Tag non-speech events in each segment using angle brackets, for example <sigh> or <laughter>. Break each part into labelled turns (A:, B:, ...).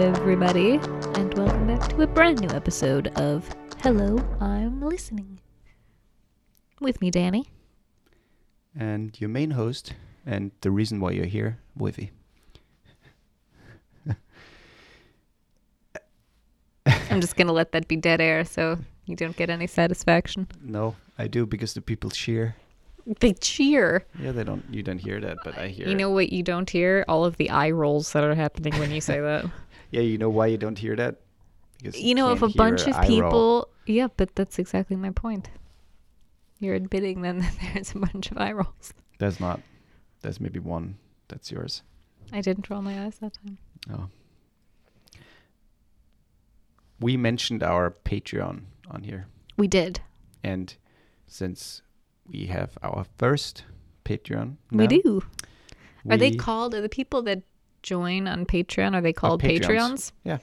A: everybody, and welcome back to a brand new episode of Hello, I'm Listening. With me, Danny.
B: and your main host and the reason why you're here, Wifi.
A: I'm just gonna let that be dead air so you don't get any satisfaction.
B: No, I do because the people cheer.
A: They cheer.
B: Yeah, they don't. You don't hear that, but I hear.
A: You know what you don't hear? All of the eye rolls that are happening when you say
B: <laughs>
A: that.
B: it. Yeah, you know why you don't hear that? Because
A: you know, if a
B: can't
A: bunch
B: hear
A: of
B: eye roll.
A: people. Yeah, but that's exactly my point. You're admitting then <laughs> that there's a bunch of eye rolls.
B: That's not. That's maybe one. That's yours.
A: I didn't roll my eyes that time.
B: Oh. We mentioned our Patreon on here,
A: We did.
B: and since we have our first Patreon,
A: We
B: now,
A: do. Are they
B: we- Oh,
A: called? Are the people that join on Patreon are they called Patreons?
B: Patreons. Yeah,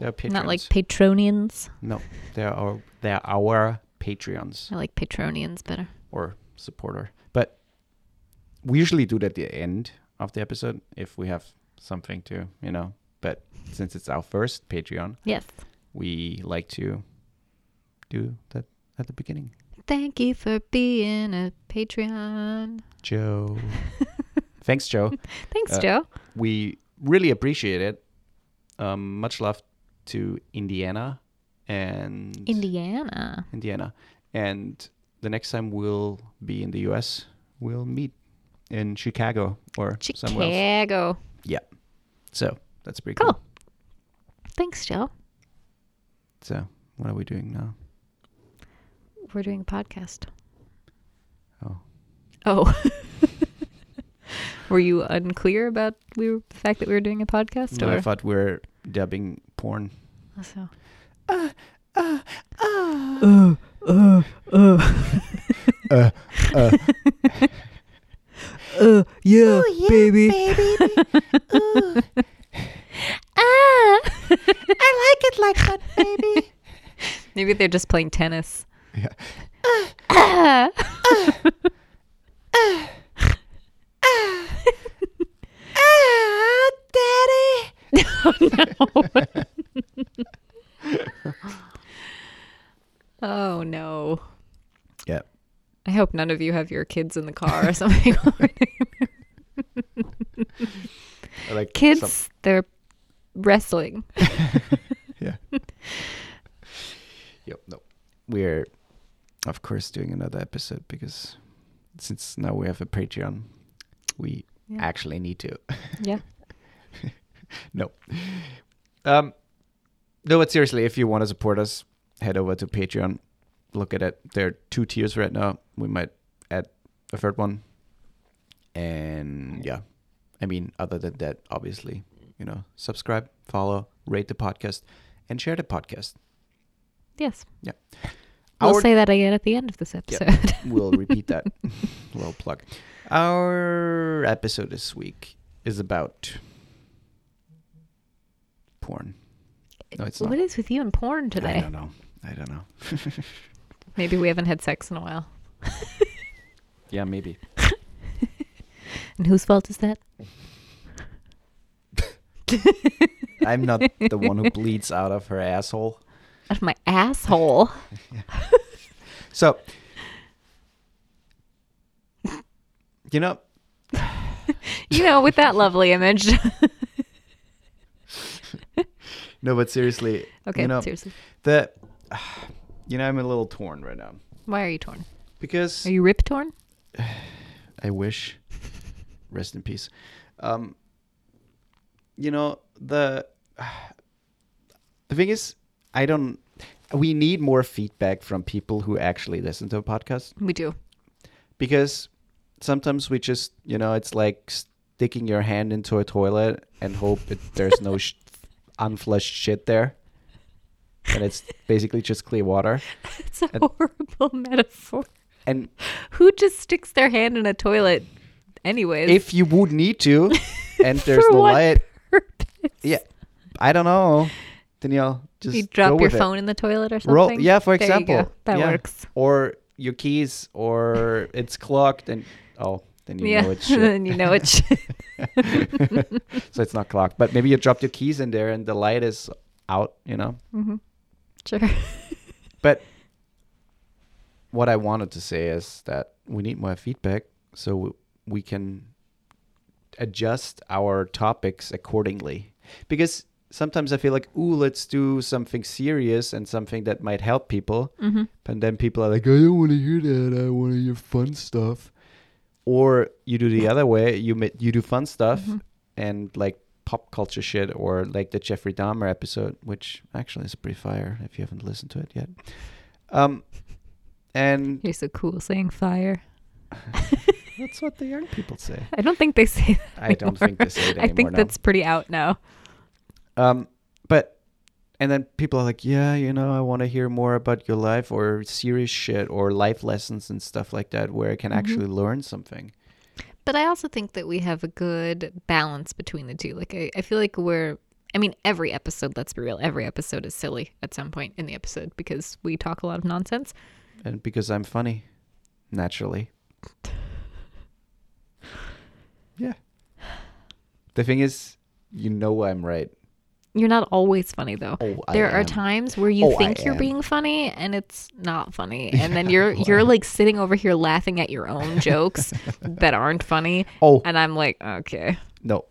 B: they're Patreons.
A: Not like Patronians.
B: No, they're our, they're our Patreons
A: I like Patronians better.
B: or supporter. But we usually do that at the end of the episode if we have something to, you know. But since it's our first Patreon,
A: Yes.
B: we like to do that at the beginning.
A: Thank you for being a Patreon.
B: Joe. <laughs> Thanks, Joe.
A: Thanks,
B: Uh,
A: Joe.
B: We really appreciate it. Um, much love to Indiana and
A: Indiana.
B: Indiana. And the next time we'll be in the US, we'll meet in Chicago or somewhere else.
A: Chicago.
B: Yeah. So that's pretty cool.
A: Cool. Thanks, Joe.
B: So what are we doing now?
A: We're doing a podcast.
B: Oh.
A: Oh. <laughs> were you unclear about we were, the fact that we were doing a podcast?
B: No, I
A: or? Oh,
B: thought we were dubbing porn.
A: So.
C: Yeah, baby.
A: Ah!
C: <laughs> I like it like that, baby.
A: <laughs> Maybe they're just playing tennis.
B: Yeah.
A: Ah!
C: ah, daddy.
A: <laughs> oh no.
B: Yeah.
A: I hope none of you have your kids in the car or something.
C: <laughs>
A: <laughs>
B: I Like
A: kids,
B: some-
A: they're wrestling.
B: yeah. yep. No. We're of course doing another episode because since now we have a Patreon, we
A: Yeah.
B: actually need to.
A: Yeah.
B: No. Um, no, but seriously, if you want to support us, head over to Patreon. Look at it. There are two tiers right now. We might add a third one. And yeah, I mean, other than that, obviously, you know, subscribe, follow, rate the podcast, and share the podcast.
A: Yes. We'll
B: Our,
A: say that again at the end of this episode. <laughs>
B: we'll repeat that <laughs> little plug. Our episode this week is about porn. No, it's not.
A: What is with you and porn
B: I
A: today?
B: don't know. I don't know.
A: Maybe we haven't had sex in a while.
B: Yeah, maybe.
A: And whose fault is that?
B: <laughs> I'm not the one who bleeds out of her asshole.
A: Out of my
B: <laughs>
A: asshole.
B: So, you know,
A: you know, with that lovely image. <laughs>
B: no, but seriously,
A: okay,
B: you know,
A: seriously.
B: the, <sighs> you know, I'm a little torn right now
A: Why are you torn?
B: because
A: Are you rip torn?
B: I wish, rest in peace. Um, you know the <sighs> the thing is, I don't. We need more feedback from people who actually listen to a podcast.
A: We do.
B: because sometimes we just you know it's like sticking your hand into a toilet and hope it, there's no sh- unflushed shit there and it's basically just clear water
A: It's a
B: <laughs>
A: horrible metaphor.
B: and
A: Who just sticks their hand in a toilet anyways? <laughs>
B: if you would need to and there's
A: For
B: no
A: what
B: light
A: purpose?
B: yeah i don't know danielle just
A: you
B: go
A: drop your
B: with it.
A: phone in the toilet or something.
B: Roll- yeah for
A: There you go.
B: example
A: That
B: Yeah.
A: works.
B: or your keys
A: <laughs>
B: or it's clogged and oh then you
A: yeah.
B: know it's shit
A: <laughs> and you know it.
B: <laughs>
A: should.
B: so it's not clogged. But maybe you dropped your keys in there and the light is out, you know?
A: Mm-hmm. Sure.
B: But what I wanted to say is that we need more feedback so w- we can adjust our topics accordingly. Because sometimes I feel like, ooh, let's do something serious and something that might help people.
A: Mm-hmm.
B: And then people are like, I don't want to hear that. I want to hear fun stuff. Or you do the other way, you ma- you do fun stuff
A: Mm-hmm.
B: and like pop culture shit, or like the Jeffrey Dahmer episode, which actually is pretty fire if you haven't listened to it yet. Um,
A: <laughs>
B: and
A: You're so cool saying
B: <laughs>
A: fire.
B: that's what the young people say.
A: I don't think they say that.
B: I don't think they say it
A: I
B: anymore
A: think
B: now.
A: that's pretty out now.
B: Um, but and then people are like, yeah, you know, I want to hear more about your life or serious shit or life lessons and stuff like that, where I can actually learn something.
A: But I also think that we have a good balance between the two. Like, I, I feel like we're, I mean, every episode, let's be real, every episode is silly at some point in the episode because we talk a lot of nonsense.
B: And because I'm funny, <sighs> naturally. Yeah. The thing is, you know I'm right.
A: You're not always funny, though.
B: Oh, I
A: there are
B: am.
A: times where you
B: Oh, I
A: think you're
B: am.
A: being funny and it's not
B: <laughs>
A: funny. And then you're you're like sitting over here laughing at your own jokes that aren't funny.
B: Oh.
A: And I'm like, okay.
B: No.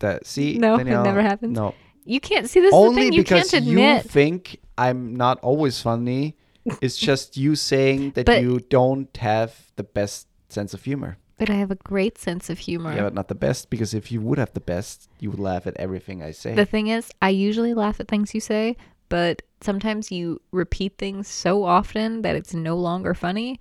B: That see?
A: No, it
B: Danielle,
A: never happens.
B: No.
A: You can't see this is the
B: Only
A: thing you
B: because
A: can't
B: you
A: admit.
B: think I'm not always funny. It's just you saying that
A: But-
B: you don't have the best sense of humor.
A: But I have a great sense of humor.
B: Yeah, but not the best because if you would have the best, you would laugh at everything I say.
A: The thing is, I usually laugh at things you say, but sometimes you repeat things so often that it's no longer funny.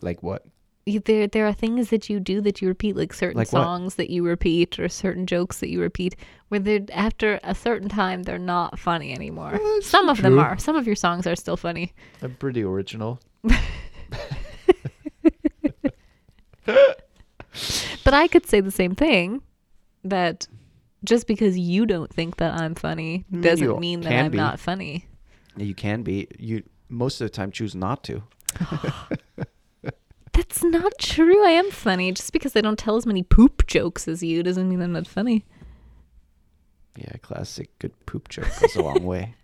B: like what?
A: You- There, there are things that you do that you repeat, like certain
B: Like what?
A: songs that you repeat or certain jokes that you repeat, where they're, after a certain time they're not funny anymore. Some of them
B: true.
A: are. Some of your songs are still funny.
B: I'm pretty original.
A: But I could say the same thing that just because you don't think that I'm funny
B: Mm,
A: doesn't
B: you
A: mean that
B: can
A: I'm
B: be.
A: not funny.
B: You can be. You most of the time choose not to.
A: That's not true. I am funny. Just because I don't tell as many poop jokes as you doesn't mean I'm not funny.
B: Yeah, classic good poop joke goes a long way.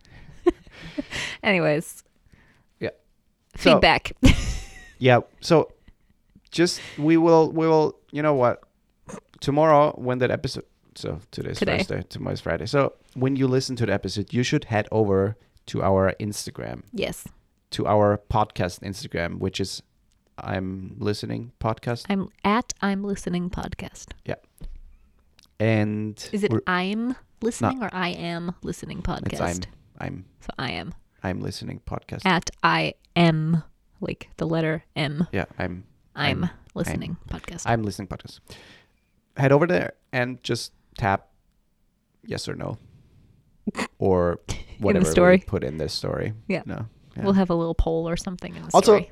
A: Anyways,
B: Yeah. So-
A: feedback. <laughs>
B: Yeah. So just we will we will you know what? Tomorrow when that episode so today's
A: Today.
B: Thursday, tomorrow's Friday. So when you listen to the episode, you should head over to our Instagram,
A: yes,
B: to our podcast Instagram, which is I'm listening podcast.
A: I'm at I'm listening podcast.
B: Yeah. And
A: Is it
B: we're-
A: I'm listening or I am listening
B: it's
A: podcast?
B: I'm I'm
A: So I am
B: I'm listening podcast.
A: at I am like the letter M.
B: yeah, I'm
A: I'm, listening podcast.
B: I'm listening podcast. Head over there and just tap yes
A: <laughs>
B: or no, or whatever we
A: story.
B: put in this story.
A: Yeah.
B: No. yeah.
A: We'll have a little poll or something in the
B: Also-
A: story.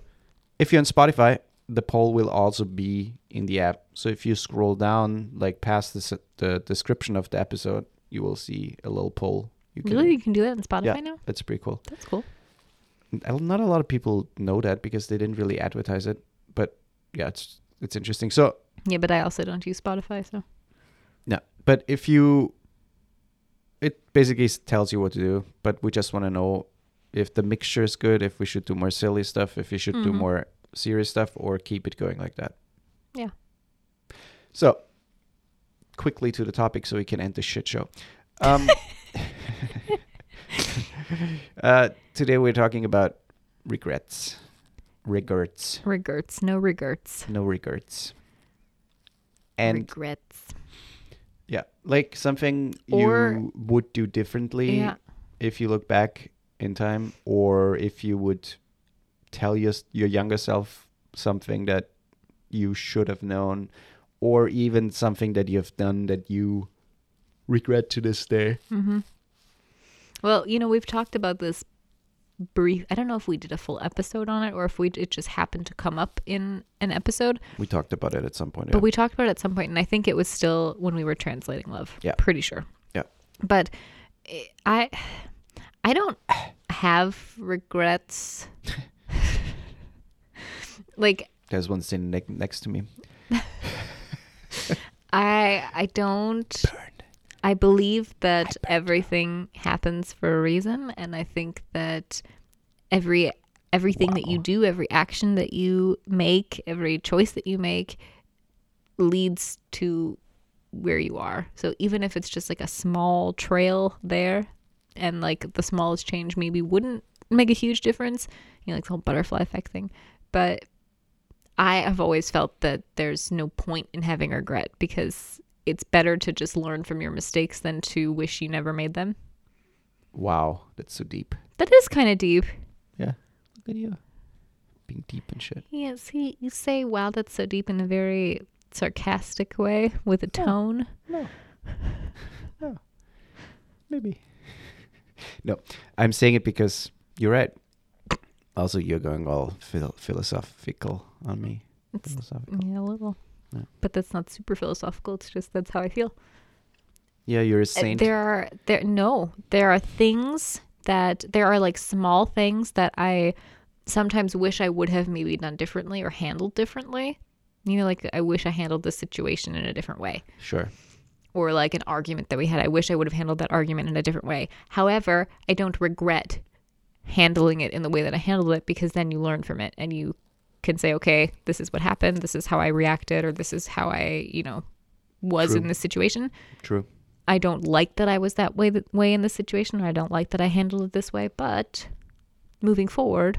B: if you're on Spotify, the poll will also be in the app. So if you scroll down, like past the s- the description of the episode, you will see a little poll. You
A: Really, you can do that on Spotify
B: Yeah,
A: now.
B: it's pretty cool.
A: That's cool.
B: I don't- not a lot of people know that because they didn't really advertise it. But yeah, it's it's interesting. So
A: Yeah, but I also don't use Spotify, so
B: no, but if you, it basically s- tells you what to do. But we just want to know if the mixture is good, if we should do more silly stuff, if you should do
A: Mhm.
B: more serious stuff, or keep it going like that.
A: Yeah.
B: So quickly to the topic, so we can end the shit show. Um, <laughs> uh, today we're talking about regrets, regrets.
A: regrets, no regrets.
B: no regrets and
A: regrets.
B: yeah like something
A: Or-
B: you would do differently
A: Yeah.
B: if you look back in time or if you would tell your your younger self something that you should have known or even something that you have done that you regret to this day
A: Mm-hmm. Well, you know, we've talked about this brief. I don't know if we did a full episode on it or if we it just happened to come up in an episode,
B: we talked about it at some point yeah.
A: but we talked about it at some point, and I think it was still when we were translating love.
B: Yeah.
A: pretty sure.
B: yeah
A: But eh, I, I don't have
B: <laughs>
A: regrets. like
B: there's one sitting ne- next to me
A: I, I don't. I believe that everything happens for a reason, and I think that every everything that you do, every action that you make, every choice that you make leads to where you are. So even if it's just like a small trail there and like the smallest change maybe wouldn't make a huge difference, you know, like the whole butterfly effect thing. But I have always felt that there's no point in having regret because it's better to just learn from your mistakes than to wish you never made them.
B: Wow, that's so deep.
A: That is kind of deep.
B: Yeah. Look at you. Being deep and shit.
A: Yes, he, you say, wow, that's so deep in a very sarcastic way with a tone.
B: <laughs> No. No. Maybe. <laughs> no, I'm saying it because you're right. Also, you're going all phil- philosophical on me.
A: It's-
B: Philosophical.
A: Yeah, a little.
B: Yeah.
A: But that's not super philosophical. It's just that's how I feel.
B: Yeah, you're a
A: Uh,
B: saint.
A: There are there no there are things that there are like small things that I sometimes wish I would have maybe done differently or handled differently. You know, like I wish I handled this situation in a different way,
B: Sure.
A: or like an argument that we had. I wish I would have handled that argument in a different way. However, I don't regret handling it in the way that I handled it because then you learn from it and you can say, okay, this is what happened. This is how I reacted, or this is how I, you know, was
B: True.
A: in this situation.
B: True.
A: I don't like that I was that way that way in this situation. Or I don't like that I handled it this way. But moving forward,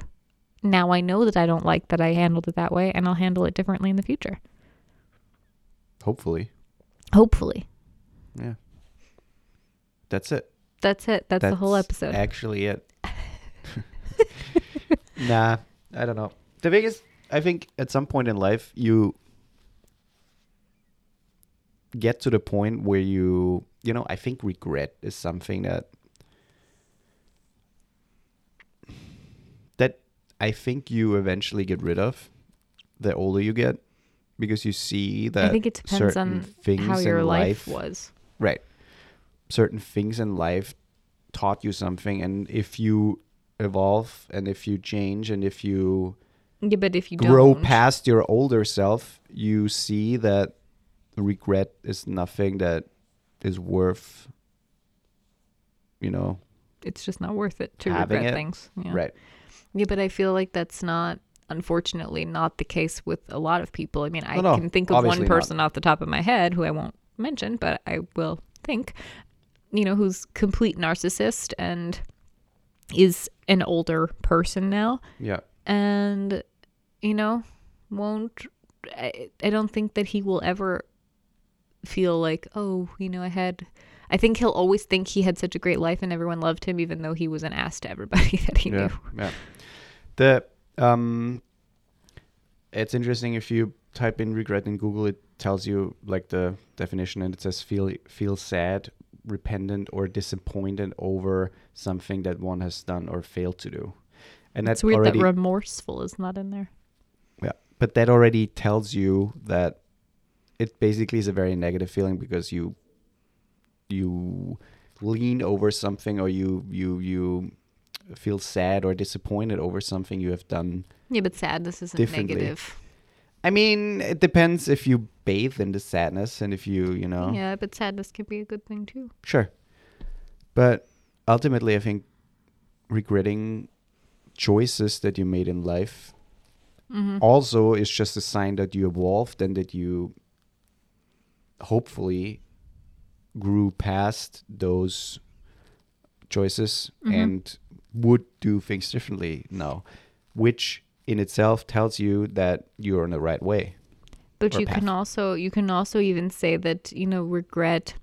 A: now I know that I don't like that I handled it that way, and I'll handle it differently in the future.
B: Hopefully.
A: Hopefully,
B: Yeah. That's it.
A: that's it. That's, the whole episode.
B: Actually,
A: <laughs>
B: it. <laughs> nah, I don't know. The biggest, I think, at some point in life, you get to the point where you, you know, I think regret is something that that I think you eventually get rid of the older you get because you see that
A: I think it depends
B: certain
A: on
B: things
A: how your
B: in
A: life,
B: life
A: was.
B: Right. Certain things in life taught you something, and if you evolve and if you change and if you
A: Yeah, but if you
B: grow
A: don't,
B: past your older self, you see that regret is nothing that is worth, you know,
A: it's just not worth it to
B: having
A: regret
B: it.
A: things. Yeah.
B: right.
A: Yeah, but I feel like that's not, unfortunately, not the case with a lot of people. I mean, I
B: No, no,
A: can think of one
B: obviously not.
A: person off the top of my head who I won't mention, but I will think, you know, who's complete narcissist and is an older person now,
B: Yeah.
A: and you know, won't. I, I don't think that he will ever feel like, oh, you know, I had. I think he'll always think he had such a great life and everyone loved him, even though he was an ass to everybody <laughs> that he
B: yeah,
A: knew.
B: yeah. The um, it's interesting if you type in regret in Google, it tells you like the definition, and it says feel feel sad, repentant, or disappointed over something that one has done or failed to do, and that's
A: It's weird
B: already
A: that remorseful is not in there.
B: yeah, but that already tells you that it basically is a very negative feeling because you you lean over something or you you you feel sad or disappointed over something you have done
A: Yeah, but sadness isn't
B: Differently.
A: negative.
B: I mean, it depends if you bathe in the sadness and if you, you know.
A: Yeah, but sadness can be a good thing too.
B: Sure. But ultimately, I think regretting choices that you made in life also is just a sign that you evolved and that you hopefully grew past those choices and would do things differently now, which in itself tells you that you're on the right way.
A: But
B: Or
A: you can
B: path.
A: also you can also even say that, you know, regret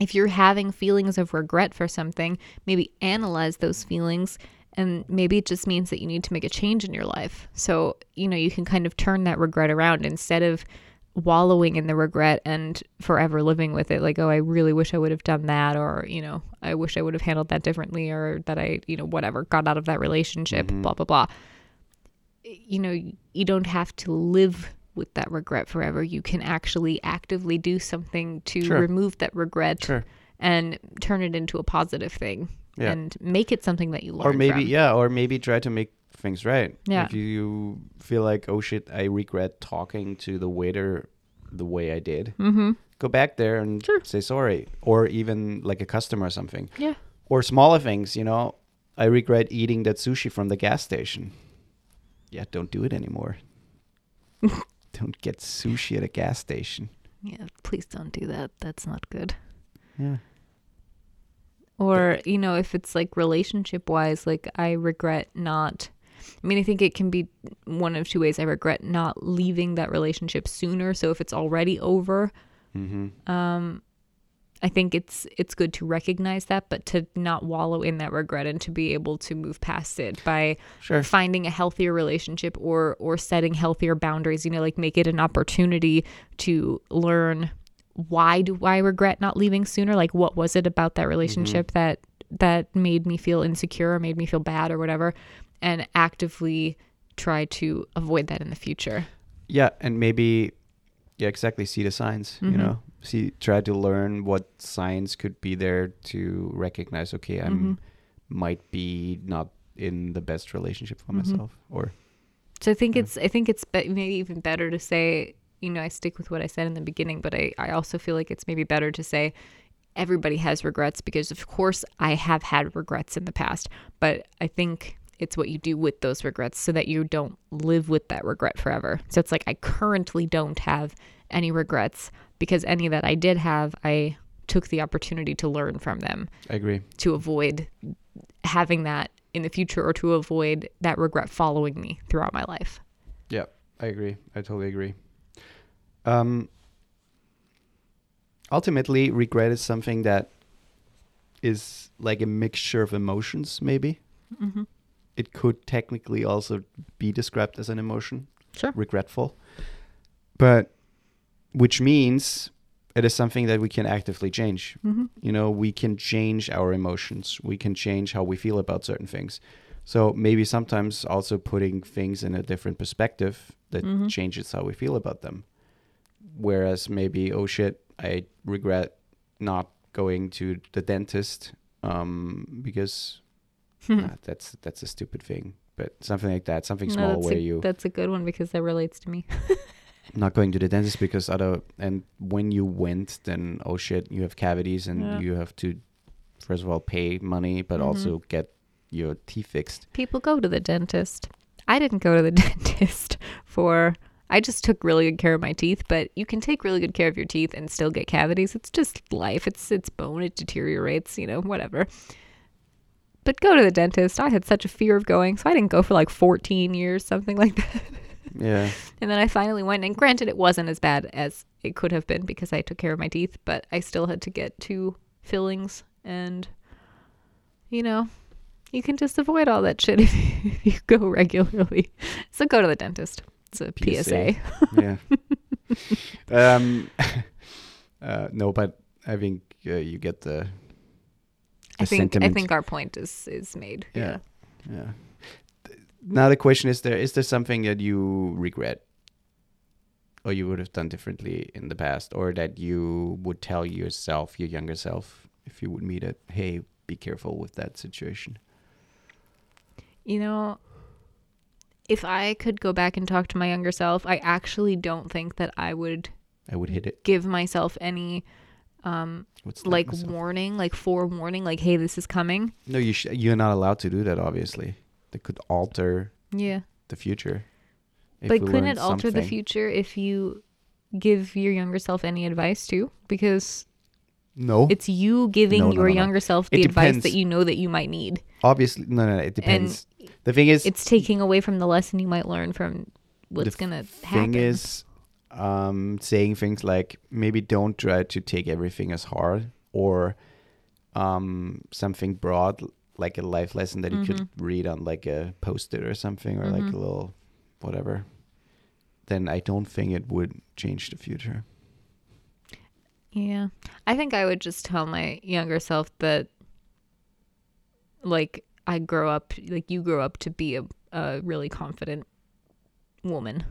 A: if you're having feelings of regret for something, maybe analyze those feelings and maybe it just means that you need to make a change in your life. So, you know, you can kind of turn that regret around instead of wallowing in the regret and forever living with it like oh I really wish I would have done that or you know I wish I would have handled that differently or that I you know whatever got out of that relationship
B: Mm-hmm.
A: blah blah blah you know you don't have to live with that regret forever you can actually actively do something to
B: Sure.
A: remove that regret
B: Sure.
A: and turn it into a positive thing
B: Yeah.
A: and make it something that you learn
B: or maybe
A: from.
B: yeah or maybe try to make things right
A: Yeah.
B: if you feel like oh shit i regret talking to the waiter the way i did mm-hmm. go back there and
A: Sure.
B: say sorry, or even like a customer or something,
A: Yeah.
B: or smaller things. You know, I regret eating that sushi from the gas station. Yeah, don't do it anymore. don't get sushi at a gas station.
A: Yeah. Please don't do that. That's not good.
B: Yeah.
A: Or, you know, if it's like relationship wise, like I regret not. I mean, I think it can be one of two ways. I regret not leaving that relationship sooner. So if it's already over, um,
B: Mm-hmm.
A: I think it's it's good to recognize that, but to not wallow in that regret and to be able to move past it by
B: Sure.
A: finding a healthier relationship or or setting healthier boundaries. You know, like make it an opportunity to learn why do I regret not leaving sooner? Like what was it about that relationship that that made me feel insecure or made me feel bad or whatever, and actively try to avoid that in the future.
B: Yeah, and maybe yeah, exactly. See the signs, you know. See, try to learn what signs could be there to recognize. Okay, I'm might be not in the best relationship for myself, or
A: So I think it's I think it's be- maybe even better to say you know I stick with what I said in the beginning, but I I also feel like it's maybe better to say everybody has regrets because of course I have had regrets in the past, but I think it's what you do with those regrets so that you don't live with that regret forever. So it's like I currently don't have any regrets because any that I did have, I took the opportunity to learn from them
B: I agree.
A: to avoid having that in the future or to avoid that regret following me throughout my life.
B: Yeah, I agree. I totally agree. Um, ultimately, regret is something that is like a mixture of emotions. Maybe
A: Mm-hmm,
B: it could technically also be described as an emotion.
A: Sure.
B: regretful. But which means it is something that we can actively change.
A: mm-hmm.
B: You know, we can change our emotions, we can change how we feel about certain things. So maybe sometimes also putting things in a different perspective that
A: Mm-hmm.
B: changes how we feel about them. Whereas maybe, oh shit, I regret not going to the dentist um, because
A: Hmm.
B: ah, that's that's a stupid thing. But something like that, something small
A: that's,
B: where
A: a,
B: you
A: that's a good one because that relates to me.
B: not going to the dentist because other and when you went then oh shit you have cavities and
A: Yeah. Mm-hmm.
B: you have to first of all pay money but also get your teeth fixed
A: People go to the dentist. I didn't go to the <laughs> dentist for, I just took really good care of my teeth, but you can take really good care of your teeth and still get cavities. It's just life, it's, it's bone, it deteriorates, you know, whatever. But go to the dentist. I had such a fear of going, so I didn't go for like 14 years, something like that.
B: yeah
A: And then I finally went, and granted, it wasn't as bad as it could have been because I took care of my teeth, but I still had to get two fillings. And, you know, you can just avoid all that shit <laughs> if you, if you go regularly. So go to the dentist. It's a PSA.
B: yeah <laughs> um <laughs> uh no but i think uh, you get the,
A: I
B: the
A: think
B: sentiment.
A: I think our point is is made.
B: yeah yeah Th- now the question is there is there something that you regret or you would have done differently in the past or that you would tell yourself your younger self if you would meet it hey be careful with that situation
A: You know, if I could go back and talk to my younger self, I actually don't think that I would
B: i would hit it
A: give myself any
B: What's that?
A: like
B: Myself.
A: warning, like forewarning, like hey, this is coming.
B: no you sh- you're not allowed to do that obviously that could alter
A: Yeah.
B: the future If
A: but
B: we
A: couldn't
B: learned
A: it alter the
B: something-
A: future if you give your younger self any advice too? Because
B: no
A: it's you giving
B: Oh. No, no,
A: your
B: no, no.
A: younger self
B: It
A: the advice
B: depends.
A: that you know that you might need.
B: obviously no no, no it depends the thing is
A: It's taking away from the lesson you might learn from what's
B: f-
A: gonna
B: thing
A: happen.
B: is um, saying things like maybe don't try to take everything as hard or um, something broad l- like a life lesson that you
A: Mm-hmm.
B: could read on like a post-it or something or like a little whatever then i don't think it would change the future
A: Yeah. I think I would just tell my younger self that like I grow up like you grow up to be a, a really confident woman.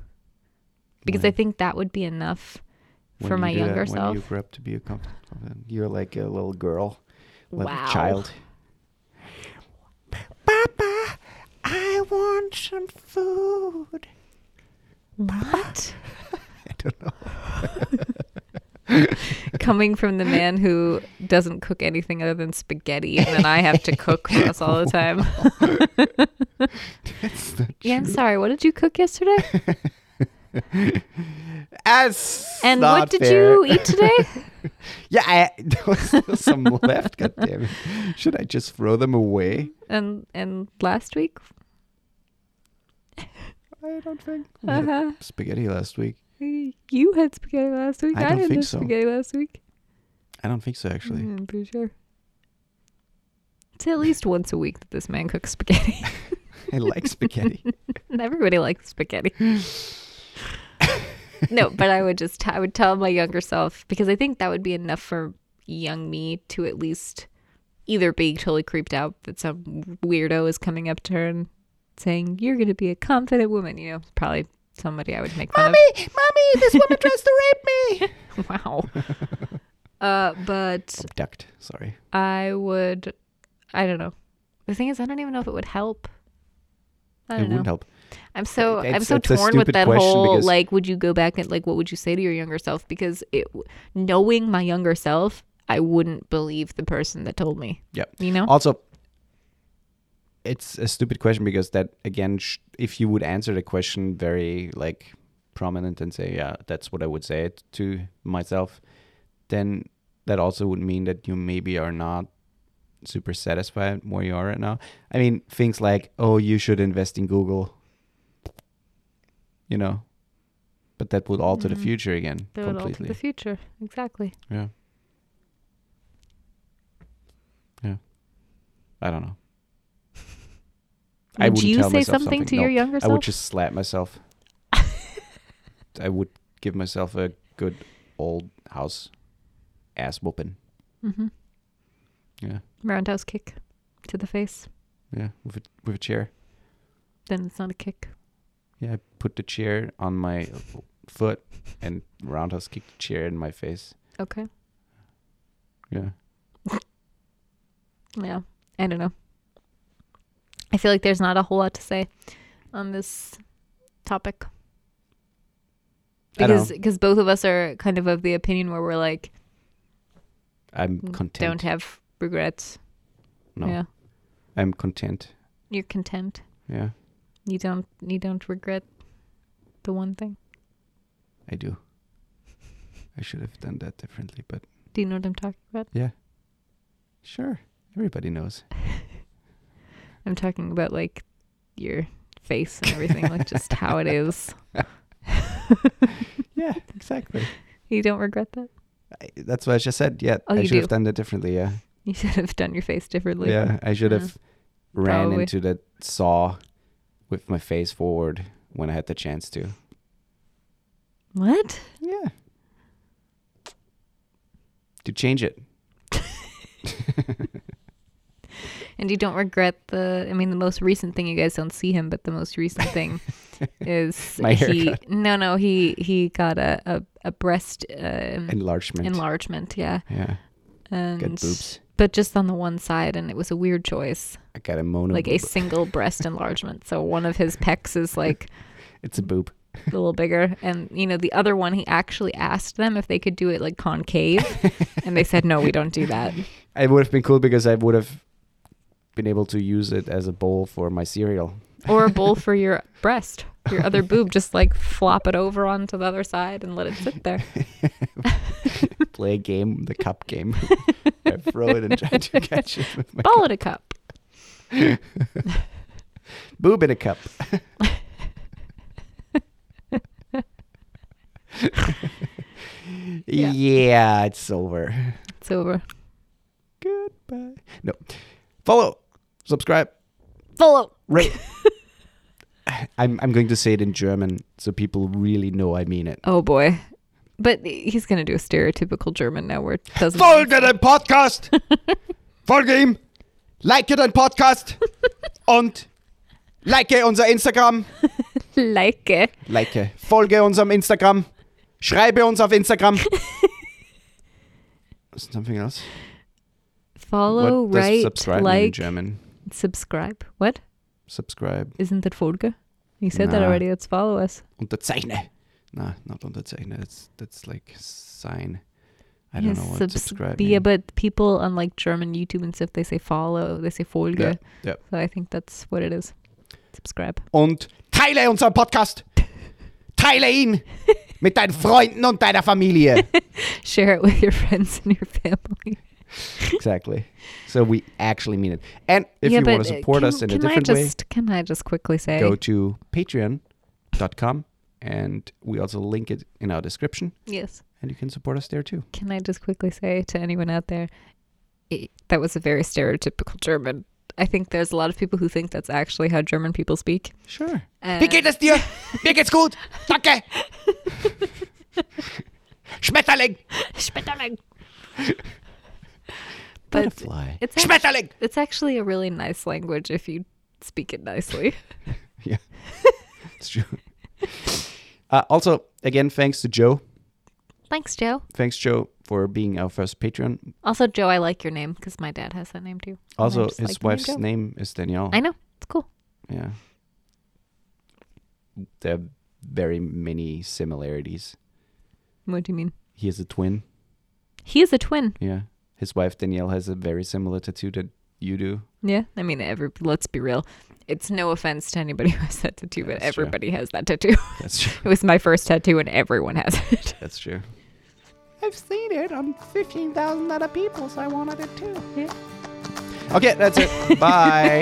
A: Because I
B: Right.
A: think that would be enough
B: When
A: for
B: you
A: my
B: do that-
A: younger
B: when
A: self.
B: you grow up to be a conf- confident you're like a little girl little
A: Wow.
B: child
C: Papa, I want some food.
A: What?
B: <laughs> i don't know
A: <laughs> coming from the man who doesn't cook anything other than spaghetti, and then I have to cook for us all the time.
B: <laughs> That's not
A: yeah, I'm sorry. What did you cook
B: <laughs>
A: yesterday?
B: As
A: And
B: not
A: what did
B: fair.
A: you eat today?
B: <laughs> Yeah, I, there was <laughs> still some left. God damn it! Should I just throw them away?
A: And and last week,
B: I don't think we had
A: uh-huh.
B: spaghetti last week.
A: you had spaghetti last week.
B: I don't
A: didn't
B: think
A: have
B: so.
A: spaghetti last week.
B: I don't think so, actually.
A: Mm, I'm pretty sure. It's at least once a week that this man cooks spaghetti.
B: <laughs> I like
A: <laughs>
B: spaghetti.
A: Everybody likes spaghetti. <laughs> no, but I would just I would tell my younger self because I think that would be enough for young me to at least either be totally creeped out that some weirdo is coming up to her and saying you're going to be a confident woman. You know, probably somebody I would make fun
C: Mommy, mommy, this woman tries to rape me.
A: of. <laughs> Wow. uh, but
B: Abduct. Sorry.
A: I would. I don't know. The thing is, I don't even know if it would help. I
B: It
A: don't know.
B: wouldn't help.
A: I'm so I'm
B: It's-
A: so
B: it's a
A: torn with
B: stupid
A: that
B: question
A: whole
B: because-
A: like, would you go back and like, what would you say to your younger self? Because it, knowing my younger self, I wouldn't believe the person that told me.
B: Yep.
A: You know,
B: Also, it's a stupid question because that again, sh- if you would answer the question very like prominent and say, "Yeah, that's what I would say it to myself," then that also would mean that you maybe are not super satisfied where you are right now. I mean, things like, "Oh, you should invest in Google," you know, but that would alter the
A: Mhm.
B: future again
A: that would alter
B: completely.
A: the future. Exactly.
B: Yeah. Yeah. I don't know. I
A: Would
B: wouldn't
A: you
B: tell
A: say
B: myself
A: something, to your
B: no.
A: younger
B: I
A: self?
B: would just
A: <laughs>
B: slap myself. I would give myself a good old house ass whooping.
A: mm-hmm.
B: Yeah.
A: Roundhouse kick to the face.
B: Yeah. With a, with a chair.
A: Then it's not a kick.
B: Yeah. I put the chair on my foot and roundhouse kicked the chair in my face.
A: Okay.
B: Yeah.
A: Yeah. I don't know. I feel like there's not a whole lot to say on this topic.
B: I don't
A: because because both of us are kind of of the opinion where we're like
B: I'm content.
A: don't have regrets.
B: no.
A: Yeah,
B: I'm content.
A: you're content.
B: Yeah.
A: You don't you don't regret the one thing.
B: I do. I should have done that differently, but
A: Do you know what I'm talking about?
B: Sure. Everybody knows.
A: I'm talking about like your face and everything,
B: <laughs>
A: like just how it is.
B: Yeah, exactly.
A: You don't regret that.
B: I, that's what I just said. Yeah,
A: Oh,
B: I
A: you
B: should
A: do.
B: have done that differently. Yeah,
A: You should have done your face differently.
B: yeah. I should
A: Yeah.
B: have ran
A: uh-huh. Probably.
B: into that saw with my face forward when I had the chance to.
A: What?
B: Yeah. To change it.
A: And you don't regret the. I mean, the most recent thing you guys don't see him, but the most recent
B: <laughs>
A: thing is
B: My
A: he.
B: haircut.
A: No, no, he he got a a, a breast um,
B: Enlargement.
A: enlargement. Yeah,
B: yeah.
A: and
B: Got boobs.
A: but just on the one side, and it was a weird choice,
B: I got a mono.
A: like a
B: boob.
A: single breast enlargement. So one of his pecs is like
B: It's a boob.
A: a little bigger, and you know the other one, he actually asked them if they could do it like concave, and they said no, we don't do that.
B: It would have been cool because I would have been able to use it as a bowl for my cereal.
A: or a bowl for your breast, your other boob. Just like flop it over onto the other side and let it sit there.
B: Play a game,
A: <laughs>
B: the cup game. I throw it and try to catch it with my
A: Ball it a cup.
B: boob in a cup. yeah. it's over.
A: It's over.
B: Goodbye. No. Follow, subscribe,
A: Follow. <laughs>
B: rate. I'm I'm going to say it in German so people really know I mean it.
A: Oh boy. But he's gonna do a stereotypical German now where it doesn't
B: Folge dein Podcast!
A: <laughs>
B: Folge ihm! Like dein Podcast! Und like unser Instagram!
A: like it.
B: Like, folge unserem Instagram. Schreibe uns
A: <laughs>
B: auf Instagram. Something else?
A: Follow,
B: What does
A: right,
B: subscribe mean in
A: like,
B: German.
A: subscribe. What?
B: Subscribe.
A: Isn't that Folge? You said that
B: Nah.
A: already. It's follow us.
B: Unterzeichne. No, not unterzeichne. That's, that's like sign. I don't
A: Yes,
B: know what
A: subs-
B: subscribe
A: Yeah,
B: mean.
A: but people on like German YouTube and stuff, they say follow, they say Folge.
B: Yeah, yeah.
A: So I think that's what it is. Subscribe. <laughs>
B: Und teile unseren Podcast.
A: <laughs>
B: Teile ihn mit deinen Freunden und deiner Familie.
A: Share it with your friends and your family.
B: exactly. So we actually mean it. And if
A: Yeah,
B: you want
A: but,
B: to
A: uh,
B: support
A: can-
B: us in a
A: can
B: different
A: I
B: way,
A: just, Can I just quickly say?
B: go to patreon.com and we also link it in our description
A: Yes.
B: and you can support us there too.
A: Can I just quickly say to anyone out there, i that was a very stereotypical German. I think there's a lot of people who think that's actually how German people speak.
B: Sure.
A: Uh,
C: Wie geht es dir? Mir geht's
A: <laughs>
C: gut. Danke.
B: <laughs> Schmetterling. <laughs>
A: Spitterling. but
B: Butterfly.
A: it's actually,
C: Schmetterling.
A: it's actually a really nice language if you speak it nicely. <laughs>
B: It's true. <laughs> Uh, also, again, thanks to Joe.
A: Thanks, Joe.
B: Thanks, Joe, for being our first Patreon.
A: Also, Joe, I like your name because my dad has that name too. And I
B: Also,
A: just
B: his
A: like the name
B: wife's
A: Joe.
B: name is Danielle.
A: I know. It's cool.
B: Yeah. There are very many similarities.
A: What do you mean?
B: He is a twin.
A: He is a twin.
B: Yeah. His wife, Danielle, has a very similar tattoo that you do.
A: Yeah. I mean, every, let's be real. It's no offense to anybody <laughs> who has that tattoo, but
B: That's true.
A: everybody has that tattoo. <laughs>
B: That's true.
A: it was my first tattoo, and everyone has it.
B: <laughs> That's true.
C: I've seen it on 15,000 other people, so I wanted it too.
B: Okay, that's it. Bye.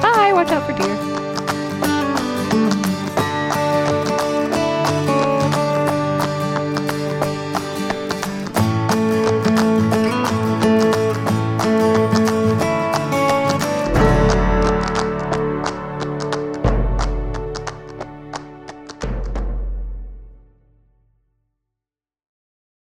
C: <laughs>
A: Bye. Watch out for deer.